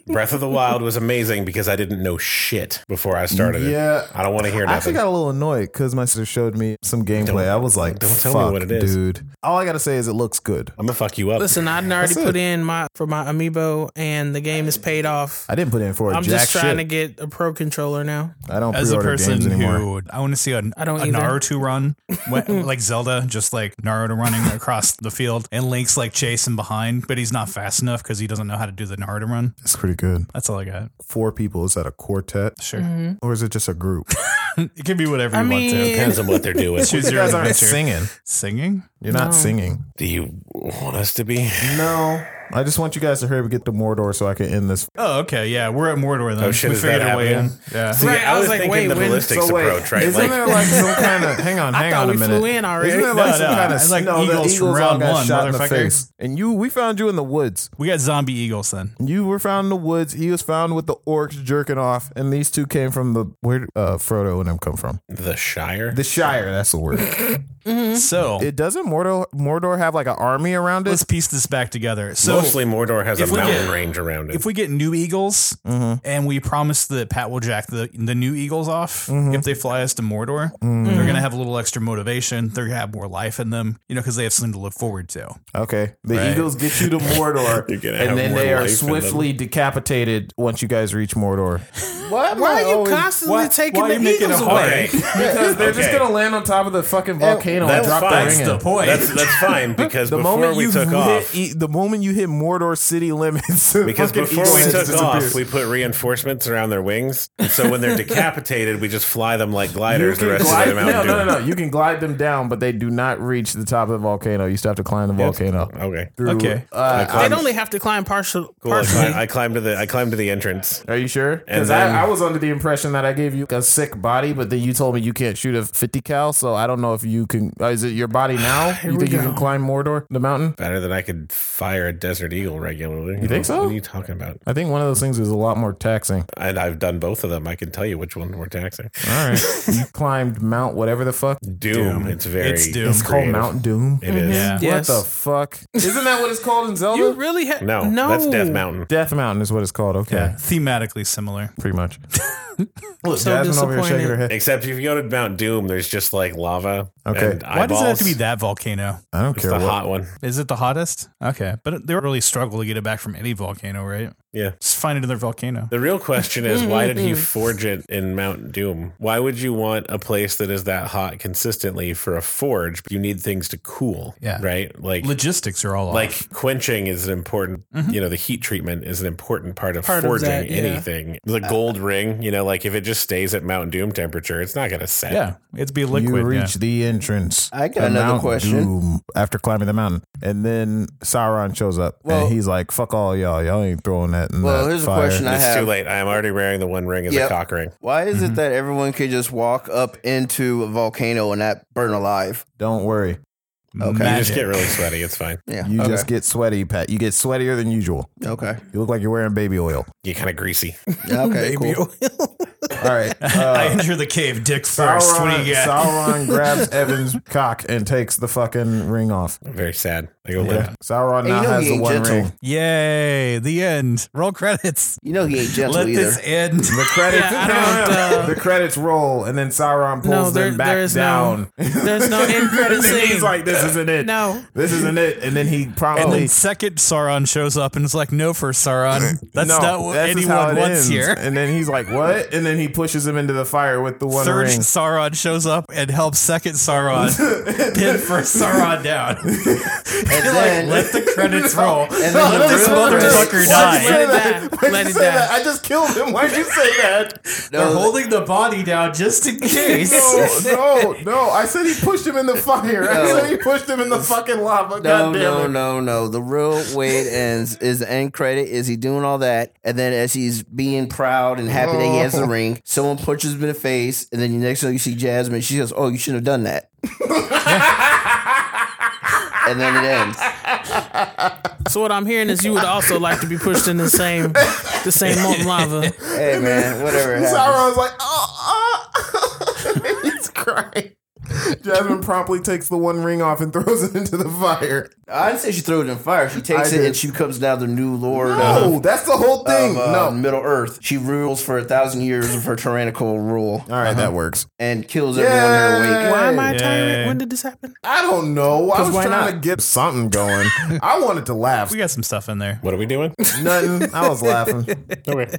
S4: Breath of the Wild was amazing because I didn't know shit before I started
S2: Yeah.
S4: it. I don't want to hear
S2: I actually
S4: nothing.
S2: got a little annoyed because my sister showed me some gameplay. I was like,
S4: don't
S2: "Don't
S4: tell me
S2: tell
S4: what it
S2: me what
S4: is."
S2: dude." All I gotta say is it looks good.
S4: I'm gonna fuck you up.
S3: listen. I'd already
S2: That's it.
S3: put in my for my amiibo, and the game is paid off.
S2: I didn't put in for a
S3: I'm
S2: jack
S3: just
S2: shit.
S3: trying to get a pro controller now.
S2: I don't
S1: As a
S2: pre-order
S1: person
S2: games anymore.
S1: who I want to see a,
S3: I don't
S1: a
S3: either.
S1: Naruto run, when, like Zelda, just like Naruto running across the field, and Link's like chasing behind, but he's not fast enough because he doesn't know how to do the Naruto run.
S2: it's pretty good.
S1: That's all I got.
S2: Four people. Is that a quartet?
S1: Sure,
S2: Or is it just a group?
S1: it can be whatever
S3: I
S1: you want
S3: mean,
S4: Depends on what they're doing.
S1: to. Choose
S2: you
S1: your
S2: guys
S1: own
S2: aren't
S1: adventure.
S2: singing.
S1: Singing?
S2: You're not singing.
S4: Do you want us to be?
S2: No. I just want you guys to hurry up and get to Mordor so I can end this.
S1: Oh, okay. Yeah, we're at Mordor then.
S4: Oh, shit,
S1: we
S4: is
S1: figured
S4: that
S1: our way in.
S4: happening?
S1: Yeah.
S4: See,
S3: Right,
S4: I, was thinking
S3: wait,
S4: the
S3: when-
S4: ballistics approach, right?
S2: isn't
S4: Like,
S2: there like some kind of hang on, hang
S3: thought
S2: on a
S3: we
S2: minute?
S3: flew in already.
S2: Isn't there
S1: No,
S2: like some
S1: no,
S2: kind of
S1: it's like
S2: no, the
S1: Eagles from
S2: all
S1: round
S2: got
S1: one,
S2: shot in the
S1: motherfucker.
S2: face, and you we found you in the woods.
S1: We got zombie eagles then.
S2: You were found in the woods. He was found with the orcs jerking off, and these two came from the where uh, Frodo and them come from
S4: the Shire.
S2: the Shire. That's the word.
S1: So
S2: it doesn't Mordor Mordor have like an army around it?
S1: let's piece this back together. So
S4: Mostly Mordor has a
S1: if we
S4: mountain
S1: get-
S4: range around it.
S1: if we get new eagles and we promise that Pat will jack the, the new eagles off if they fly us to Mordor, they're going to have a little extra motivation. They're going to have more life in them, you know, because they have something to look forward to.
S2: Okay, the
S1: Right.
S2: Eagles get you to Mordor,
S4: You're gonna have
S2: and then
S4: more
S2: they
S4: life
S2: are
S4: in them.
S2: swiftly decapitated once you guys reach Mordor.
S5: Why, am
S3: why
S5: I
S3: are you
S5: always-
S3: constantly
S1: why-
S3: taking
S1: why are
S3: the
S1: you making
S3: Eagles
S1: it hard?
S3: away?
S2: Because they're just
S4: Okay.
S2: gonna land on top of the fucking volcano and
S4: that's
S2: drop
S4: fine.
S2: the ring.
S4: That's
S2: in.
S1: the point.
S4: that's that's fine because
S2: The
S4: before
S2: moment
S4: we
S2: you
S4: took
S2: hit,
S4: off,
S2: E- the moment you hit Mordor city limits,
S4: because
S2: fucking
S4: before
S2: Eagle
S4: we
S2: has
S4: took
S2: disappeared.
S4: off, we put reinforcements around their wings. So when they're decapitated, we just fly them like
S2: You
S4: gliders the
S2: can
S4: rest
S2: glide-
S4: of the way to
S2: no,
S4: Mountain
S2: no,
S4: Dew.
S2: no, no. You can glide them down, but they do not reach the top of the volcano. You still have to climb the volcano.
S4: Okay.
S2: Through-
S1: Okay.
S2: Uh,
S4: climbed-
S3: They'd only have to climb partial,
S4: Cool. I,
S3: partially.
S4: clim- I climbed to the I climbed to the entrance.
S2: are you sure? Because
S4: And then-
S2: I, I was under the impression that I gave you a sick body, but then you told me you can't shoot a 50 cal, so I don't know if you can. uh, Is it your body now? you think you can climb Mordor, the mountain?
S4: Better than I could fire a desert eagle regularly. You
S2: think so?
S4: What are you talking about?
S2: I think one of those things is a lot more taxing.
S4: And I've done both of them. I can tell you which one more taxing.
S2: All right. you climbed Mount whatever the fuck.
S4: Doom. It's very.
S1: It's Doom.
S2: It's Mm-hmm. called
S4: creative.
S2: Mount Doom.
S4: It is.
S1: Yeah.
S3: Yes.
S2: What the fuck? Isn't that what it's called in Zelda?
S3: You really had
S4: No, that's Death Mountain.
S2: Death Mountain is what it's called. Okay.
S1: Yeah. Thematically similar.
S2: Pretty much. Look, Jasmine
S3: So
S2: over here shaking
S3: disappointed.
S2: her head.
S4: Except if you go to Mount Doom, there's just like lava.
S2: Okay.
S4: And
S1: Why does it have
S4: eyeballs.
S1: to be that volcano?
S2: I don't
S4: It's
S2: care
S4: the
S2: what.
S4: hot one.
S1: Is it the hottest? Okay. But they really struggle to get it back from any volcano, right?
S4: Yeah.
S7: Just find another volcano.
S4: The real question is, why did he forge it in Mount Doom? Why would you want a place that is that hot consistently for a forge? You need things to cool,
S1: Yeah.
S4: right? Like,
S7: Logistics are all off.
S4: like quenching is an important,
S1: Mm-hmm.
S4: you know, the heat treatment is an important part of
S3: Part of
S4: forging
S3: that, yeah.
S4: anything. The
S1: Uh,
S4: gold ring, you know, like if it just stays at Mount Doom temperature, it's not going to set.
S7: yeah, it'd be
S2: you
S7: liquid.
S2: reach the entrance.
S5: I got
S2: of
S5: another
S2: Mount
S5: question.
S2: Doom after climbing the mountain, and then Sauron shows up,
S5: Well-
S2: and he's like, "Fuck all y'all, y'all ain't throwing that." In
S5: Well,
S2: that
S5: here's a
S2: fire.
S5: question I
S4: It's
S5: have.
S4: too late. I am already wearing the one ring as
S5: Yep.
S4: a cock ring.
S5: Why is it that everyone could just walk up into a volcano and not burn alive?
S2: Don't worry,
S7: yeah.
S5: Okay.
S4: You just get really sweaty. It's fine.
S5: Yeah.
S2: you
S5: okay.
S2: just get sweaty, Pat. You get sweatier than usual.
S5: okay.
S2: You look like you're wearing baby oil.
S4: You kind of greasy.
S5: Yeah, Okay.
S3: Baby
S5: cool.
S3: oil.
S2: All right.
S7: I
S2: Uh,
S7: enter the cave dick first. What do
S2: Sauron,
S7: you got?
S2: Sauron grabs Evan's cock and takes the fucking ring off.
S4: I'm very sad. I go limp.
S2: Yeah. Sauron
S5: And you
S2: now
S5: know
S2: has
S5: he
S2: the
S5: ain't
S2: one
S5: gentle.
S2: ring.
S7: Yay! The end. Roll credits.
S5: You know he ain't gentle
S7: Let
S5: either.
S7: this end.
S2: The credits,
S3: Yeah, I don't, uh,
S2: the credits roll, and then Sauron pulls
S3: No, there-
S2: them back
S3: there is no-
S2: down.
S3: There's no end credit
S2: and then
S3: scene.
S2: he's like, "This isn't it.
S3: No.
S2: this isn't it." And then he
S7: And
S2: probably
S7: then second Sauron shows up and is like, "No, for Sauron, that's
S2: no,
S7: not what
S2: that's just how
S7: anyone
S2: it
S7: wants
S2: ends.
S7: here."
S2: And then he's like, "What?" And then he pushes him into the fire with the one
S7: Third
S2: ring.
S7: Sauron shows up and helps second Sauron pin first Sauron down.
S5: and
S7: like,
S5: then,
S7: let the credits roll.
S5: and then
S7: let this
S5: the real-
S7: motherfucker
S2: Why'd you
S7: die.
S2: say
S3: Let it
S2: that?
S3: die.
S2: Why'd
S3: Let
S2: you
S3: it
S2: say
S3: die.
S2: that? I just killed him. Why'd you say that?
S7: They're
S5: No,
S7: holding the body down just in case.
S2: No, no, no. I said he pushed him in the fire. I said he pushed him in the fucking lava.
S5: No,
S2: God
S5: no,
S2: damn it.
S5: no, no. The real way it ends is the end credit is he doing all that, and then as he's being proud and happy that he has
S2: Oh.
S5: the ring, someone punches him in the face, and then the next thing you see Jasmine, she goes, "Oh, you shouldn't have done that." and then it ends.
S3: So what I'm hearing is you would also like to be pushed in the same the same molten lava.
S5: Hey man, whatever happens.
S2: Sauron's like, oh, oh. he's crying. Jasmine promptly takes the one ring off and throws it into the fire.
S5: I didn't say she threw it in the fire. She takes
S2: I
S5: it
S2: did.
S5: and she becomes now the new lord.
S2: No,
S5: of-
S2: that's the whole thing.
S5: Of, uh,
S2: no.
S5: Middle Earth. She rules for a thousand years of her tyrannical rule
S2: All right, that works.
S5: and kills everyone in her wake.
S3: Why am I a
S7: Yay.
S3: tyrant? When did this happen?
S2: I don't know. I was
S3: why
S2: trying
S3: not?
S2: to get something going. I wanted to laugh.
S7: We got some stuff in there.
S4: What are we doing?
S2: Nothing. I was laughing.
S4: Okay.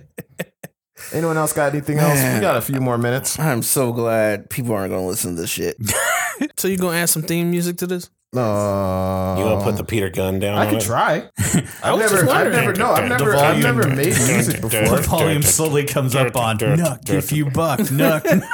S2: Anyone else got anything else? We got a few more minutes.
S5: I'm so glad people aren't going to listen to this shit.
S3: So you gonna add some theme music to this?
S2: No.
S4: You want to put the Peter gun down?
S2: Um, I
S4: on
S2: could
S4: it?
S2: try. I've
S3: was just
S2: never, I've
S3: wondering.
S2: never, no, I've
S4: The
S2: never, I've
S7: volume.
S2: never made
S7: The
S2: music before.
S7: volume slowly comes up on Nuck if you buck, Nuck.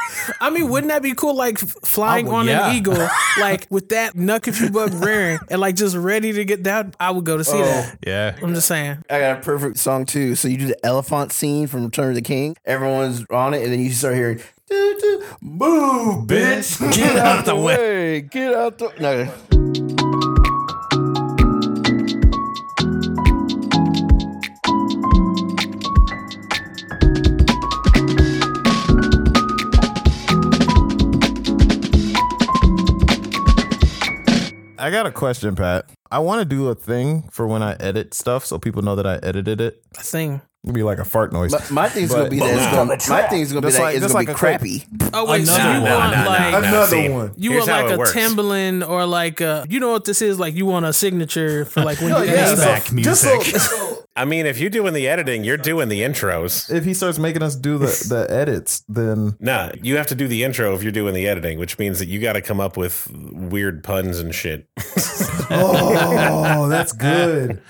S3: I mean, wouldn't that be cool? Like f- flying
S7: I would-
S3: on
S7: yeah.
S3: an eagle, like with that knuck if you buck rearing and like just ready to get down. I would go to see that.
S2: Oh.
S7: yeah.
S3: I'm just saying.
S5: I got a perfect song too. So you do the elephant scene from Return of the King. Everyone's on it, and then you start hearing, doo, doo, "Move, bitch,
S7: Get out of the way."
S5: get out the." No,
S2: I got a question, Pat. I want to do a thing for when I edit stuff so people know that I edited it.
S3: A thing.
S2: It'd be like a fart noise.
S5: my, my thing's gonna be
S2: But-
S5: that. It's gonna, my thing's gonna be
S2: Just
S5: that.
S2: like-
S5: it's
S2: just
S5: gonna
S2: like
S5: be
S2: a
S5: crappy.
S3: Oh wait, so
S7: Another
S3: you
S7: one.
S3: want
S7: No, no,
S3: like
S2: Another one.
S3: you
S4: Here's
S3: want
S4: how
S3: like
S4: it
S3: a
S4: works.
S3: Timberland or like a you know what this is? Like you want a signature for like when you
S2: yeah,
S3: dance.
S2: so-
S7: back
S2: just
S7: music.
S2: so-
S4: I mean, if you're doing the editing, you're doing the intros.
S2: if he starts making us do the, the edits, then
S4: Nah, you have to do the intro if you're doing the editing, which means that you got to come up with weird puns and shit.
S2: oh, that's good.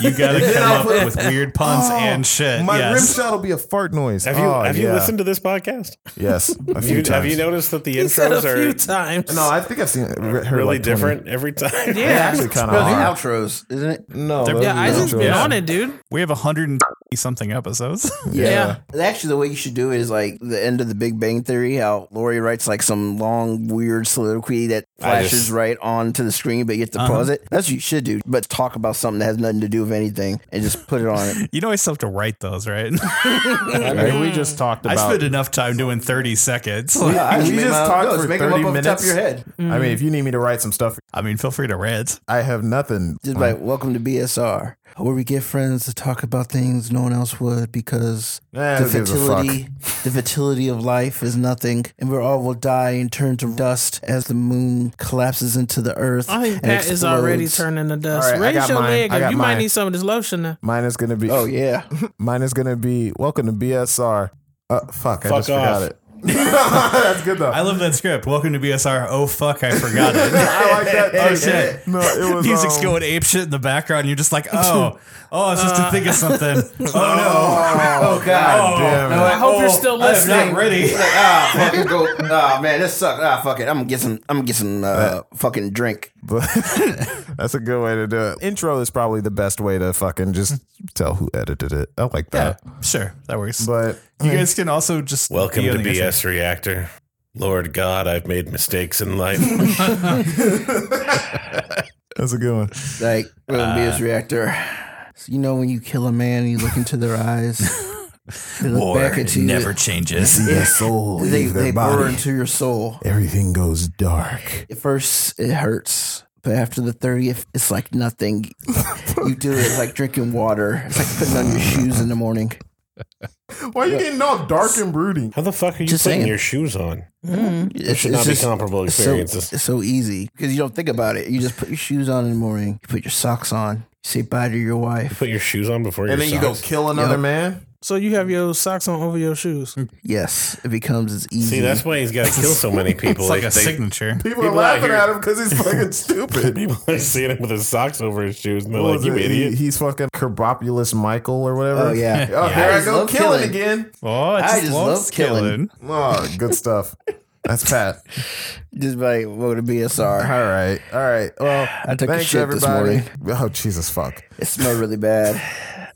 S7: You gotta
S2: Then
S7: come
S2: I'll
S7: up
S2: put-
S7: with weird puns
S2: Oh,
S7: and shit.
S2: My
S7: yes.
S2: rim shot will be a fart noise.
S4: Have you
S2: Oh,
S4: have you
S2: yeah.
S4: listened to this podcast?
S2: Yes, a few
S4: You-
S2: times.
S4: have you noticed that the
S3: He said
S4: intros
S3: a few
S4: are
S3: times.
S2: No, I think I've seen it. Heard
S4: really
S2: like 20.
S4: different every time?
S2: They're
S3: yeah,
S2: actually kind
S5: No, the
S2: of
S5: outros, isn't it?
S2: no. those
S3: yeah.
S2: are the
S3: Isaac's been
S2: outros.
S3: on it, dude.
S7: we have 100 something episodes.
S3: Yeah.
S5: Actually, the way you should do it is like the end of the Big Bang Theory. How Lori writes like some long, weird soliloquy that
S4: I just-
S5: flashes right onto the screen, but you have to pause it. That's what you should do. But talk about something that has nothing to do with anything and just put it on it.
S7: you know, I still have to write those, right?
S2: I mean, we just talked
S7: I
S2: about.
S7: spent enough time doing 30 seconds.
S5: I
S2: We
S5: made
S2: just
S5: my own
S2: talked
S5: notes.
S2: for
S5: Make 'em
S2: 30
S5: up off the top of your
S2: minutes.
S5: head.
S2: I mean, if you need me to write some stuff,
S7: I mean, feel free to rant.
S2: I have nothing.
S5: Just like, welcome to BSR. where we get friends to talk about things no one else would because
S2: Eh,
S5: the
S2: who gives a fuck?
S5: fertility the fertility of life is nothing and we all will die and turn to dust as the moon collapses into the earth.
S3: I think
S5: and
S3: Pat is already
S5: explodes.
S3: turning to dust.
S2: All right, I
S3: Raise
S2: got
S3: your
S2: mine.
S3: leg
S2: I
S3: up.
S2: got
S3: You might
S2: mine.
S3: need some of this lotion now.
S2: Mine is gonna be.
S5: Oh yeah.
S2: Mine is gonna be. Welcome to BSR. Uh, fuck, I
S4: Fuck
S2: just forgot
S4: off.
S2: it. That's good though.
S7: I love that script. Welcome to BSR. Oh fuck, I forgot it.
S2: I like that.
S7: Oh shit.
S2: No, it was
S7: Music's
S2: um,
S7: going ape shit in the background. You're just like, oh, oh, I was just to think of something. Oh no.
S5: Oh
S2: Uh.
S5: god.
S2: Damn it.
S3: I hope you're still
S7: I'm
S3: listening.
S7: not ready.
S5: ah, fucking go. Ah, man, this sucks. Ah, fuck it. I'm gonna get some. I'm gonna get some uh, fucking drink.
S2: But that's a good way to do it. Intro is probably the best way to fucking just tell who edited it. I like
S7: Yeah,
S2: that.
S7: sure, that works.
S2: But
S7: you guys can also just
S4: Welcome
S7: be
S4: to
S7: on the
S4: BS Reactor. Lord God, I've made mistakes in life.
S2: that's a good one.
S5: Like Roman Beer's reactor. So you know when you kill a man, you look into their eyes. They look
S7: War
S5: back at you.
S7: never changes.
S5: Yeah.
S2: soul
S5: They,
S2: leave their
S5: they
S2: body.
S5: bore into your soul.
S2: Everything goes dark.
S5: At first, it hurts. But after the 30th, it's like nothing. you do it it's like drinking water. It's like putting on your shoes in the morning.
S2: Why are you getting all dark and brooding?
S4: How the fuck are you
S5: Just
S4: putting
S5: saying.
S4: your shoes on?
S5: It
S4: Should not be comparable
S5: so,
S4: experiences.
S5: it's so easy because you don't think about it. You just put your shoes on in the morning. You put your socks on. You say bye to your wife.
S4: Put your shoes on before
S2: and
S4: your
S2: then you go
S4: socks.
S2: kill another
S5: Yep.
S2: man.
S3: So you have your socks on over your shoes.
S5: Yes, it becomes as easy.
S4: See, that's why he's got to kill so many people.
S7: It's like
S4: They-
S7: a
S4: they-
S7: signature.
S2: People, are
S4: People out
S2: laughing
S4: here-
S2: at him because he's fucking stupid.
S4: People are seeing him with his socks over his shoes, and they're
S2: What
S4: like,
S2: was
S4: "You
S2: it? He-
S4: idiot!"
S2: he's fucking Kerbopulous Michael or whatever.
S5: oh yeah.
S2: Oh,
S4: Yeah,
S2: there
S4: I
S2: I,
S5: just
S2: go
S5: love
S2: killing,
S5: killing.
S2: again.
S7: Oh, I
S5: just
S7: just,
S5: love
S7: love,
S5: killing.
S7: killing.
S2: Oh, good stuff. That's Pat.
S5: Just like what would be a
S2: All
S5: SR.
S2: right, all right. Well,
S5: I took a
S2: thanks
S5: shit this
S2: everybody. Oh Jesus fuck!
S5: It smelled really bad.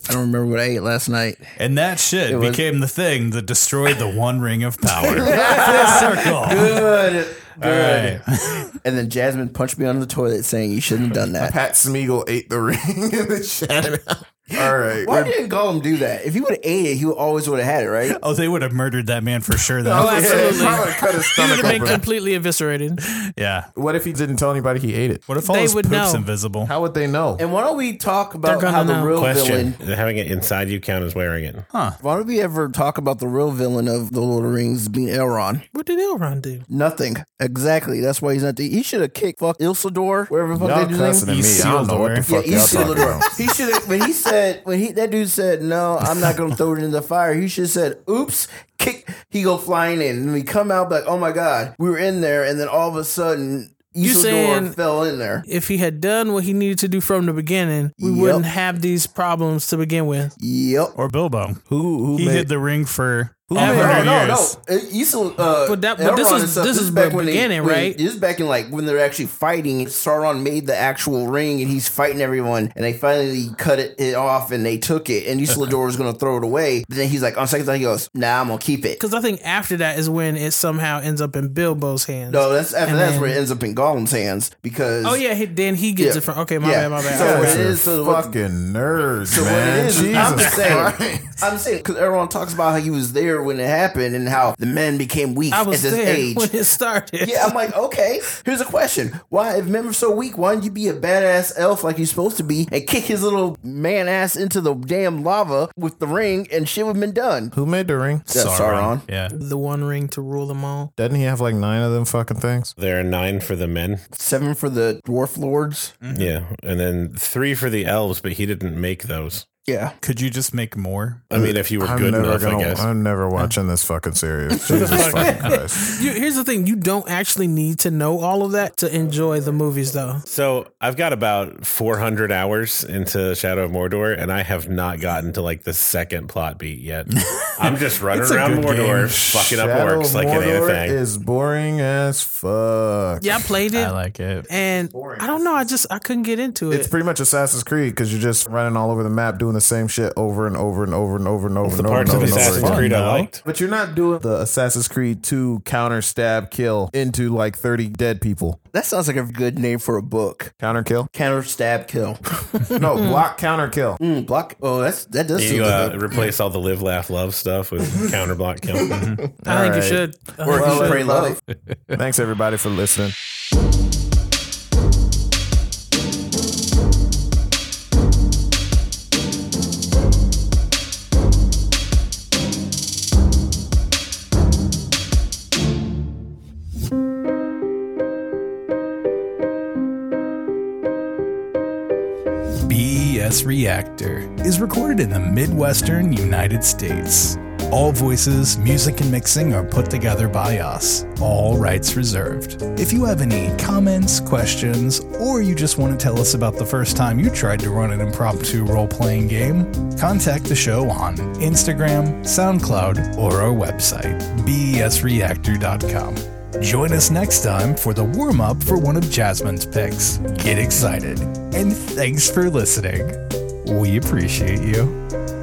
S5: I don't remember what I ate last night.
S7: And that shit
S5: was-
S7: became the thing that destroyed the One Ring of Power. Full circle.
S5: Good.
S7: All right.
S5: And then Jasmine punched me on the toilet saying you shouldn't have done that.
S2: Pat Smeagol ate the ring and then shat it out. All right.
S5: Why
S2: we're-
S5: didn't Gollum do that? If he would have ate it, he would always would have had it, right?
S7: Oh, they would have murdered that man for sure. Though.
S2: Yeah,
S3: absolutely.
S2: probably cut his
S3: You would
S2: stomach
S3: have been
S2: open.
S3: completely eviscerated.
S7: yeah.
S2: What if he didn't tell anybody he ate it?
S7: What if all
S3: They
S7: his
S3: would
S7: poop's
S3: know.
S7: invisible?
S2: How would they know?
S5: And why don't we talk about
S3: gonna
S5: how the
S3: know.
S5: real
S4: Question:
S5: villain?
S4: Having it inside you count as wearing it?
S5: Why don't we ever talk about the real villain of the Lord of the Rings being Elrond?
S3: What did Elrond do?
S5: Nothing. Exactly. That's why he's not. The, he should have kicked fuck Ilsador, wherever the fuck
S2: Y'all
S5: they do his
S2: cussing
S5: name.
S2: at me. I don't know what the
S5: Yeah,
S2: fuck y'all talking
S5: Isildur.
S2: about.
S5: He should have when he said when he that dude said no, I'm not gonna throw it in the fire. He should have said, "Oops!" Kick. He go flying in, and we come out like, "Oh my god, we were in there," and then all of a sudden,
S3: You
S5: Isildur
S3: saying-
S5: fell in there.
S3: If he had done what he needed to do from the beginning, we
S5: Yep.
S3: wouldn't have these problems to begin with.
S5: Yep.
S7: Or Bilbo?
S2: Who who
S7: He
S2: made
S7: hid the ring for
S5: Oh,
S7: ever
S5: no,
S7: years.
S5: no, no. Uh, Isil, uh,
S3: But that- but this
S5: Elrond
S3: is-
S5: and stuff,
S3: this is the
S5: they-
S3: beginning,
S5: when-
S3: right?
S5: This is back in like when they're actually fighting. Sauron made the actual ring, and he's fighting everyone, and they finally cut it, it off, and they took it. And Isildur was going to throw it away, but then he's like, on second thought, he goes, "Nah, I'm going to keep it."
S3: Because I think after that is when it somehow ends up in Bilbo's hands.
S5: No, that's after
S3: And
S5: that's
S3: then-
S5: where it ends up in Gollum's hands because
S3: Oh yeah, he, then he gets
S5: Yeah.
S3: it from. Okay, my
S5: Yeah.
S3: bad, my bad.
S5: So
S3: All
S5: what
S3: right.
S5: it
S2: You're
S5: is, so what-
S2: fucking nerds,
S5: So what
S2: man.
S5: it is, is
S2: Jesus
S5: I'm just saying,
S2: Christ.
S5: I'm saying, because everyone talks about how he was there when it happened and how the men became weak
S3: I was
S5: at this
S3: there
S5: age.
S3: when it started.
S5: Yeah, I'm like, okay. Here's a question: Why, if men were so weak, why don't you be a badass elf like you're supposed to be and kick his little man ass into the damn lava with the ring, and shit would have been done?
S2: Who made the ring?
S5: That's Sauron.
S7: Yeah.
S3: the One Ring to rule them all.
S2: Doesn't he have like nine of them fucking things?
S4: There are nine for the men,
S5: Seven for the dwarf lords.
S3: Mm.
S2: Mm-hmm.
S4: yeah, and then three for the elves, but he didn't make those.
S5: Yeah,
S7: Could you just make more?
S4: I mean, if you were
S2: I'm
S4: good
S2: never
S4: enough,
S2: gonna.
S4: I guess.
S2: am never watching this fucking series. Jesus fucking Christ.
S3: You, here's the thing: you don't actually need to know all of that to enjoy the movies, though.
S4: So I've got about 400 hours into Shadow of Mordor, and I have not gotten to like the second plot beat yet. I'm just running
S7: It's a
S4: around
S7: good
S4: Mordor,
S7: game.
S4: fucking up
S2: Shadow
S4: orcs
S2: of
S4: like it ain't a
S2: Mordor
S4: thing.
S2: is boring as fuck.
S3: Yeah, I played it,
S7: I like it.
S3: and I don't know. I just I couldn't get into it.
S2: It's pretty much Assassin's Creed because you're just running all over the map doing the same shit over and over and over and over and over
S4: The
S2: and over and
S4: parts
S2: over,
S4: of
S2: and over
S4: Assassin's
S2: again.
S4: Creed I
S7: no.
S4: liked.
S2: But you're not doing the Assassin's Creed 2 counter stab kill into like 30 dead people.
S5: that sounds like a good name for a book.
S2: Counter kill?
S5: Counter stab kill.
S2: No, block counter kill.
S5: Mm, block. Oh, that's that does seem
S4: You
S5: like a
S4: uh, replace all the live, laugh, love stuff with counterblock count.
S3: I think
S2: All right.
S3: you should. I think you
S5: Well,
S3: should.
S5: pray love.
S2: Thanks everybody for listening.
S1: BS E Reactor is recorded in the Midwestern United States. All voices, music, and mixing are put together by us. All rights reserved. If you have any comments, questions, or you just want to tell us about the first time you tried to run an impromptu role playing game, contact the show on Instagram, SoundCloud, or our website, E bsreactor.com. Join us next time for the warm up for one of Jasmine's picks. Get excited. And thanks for listening. We appreciate you.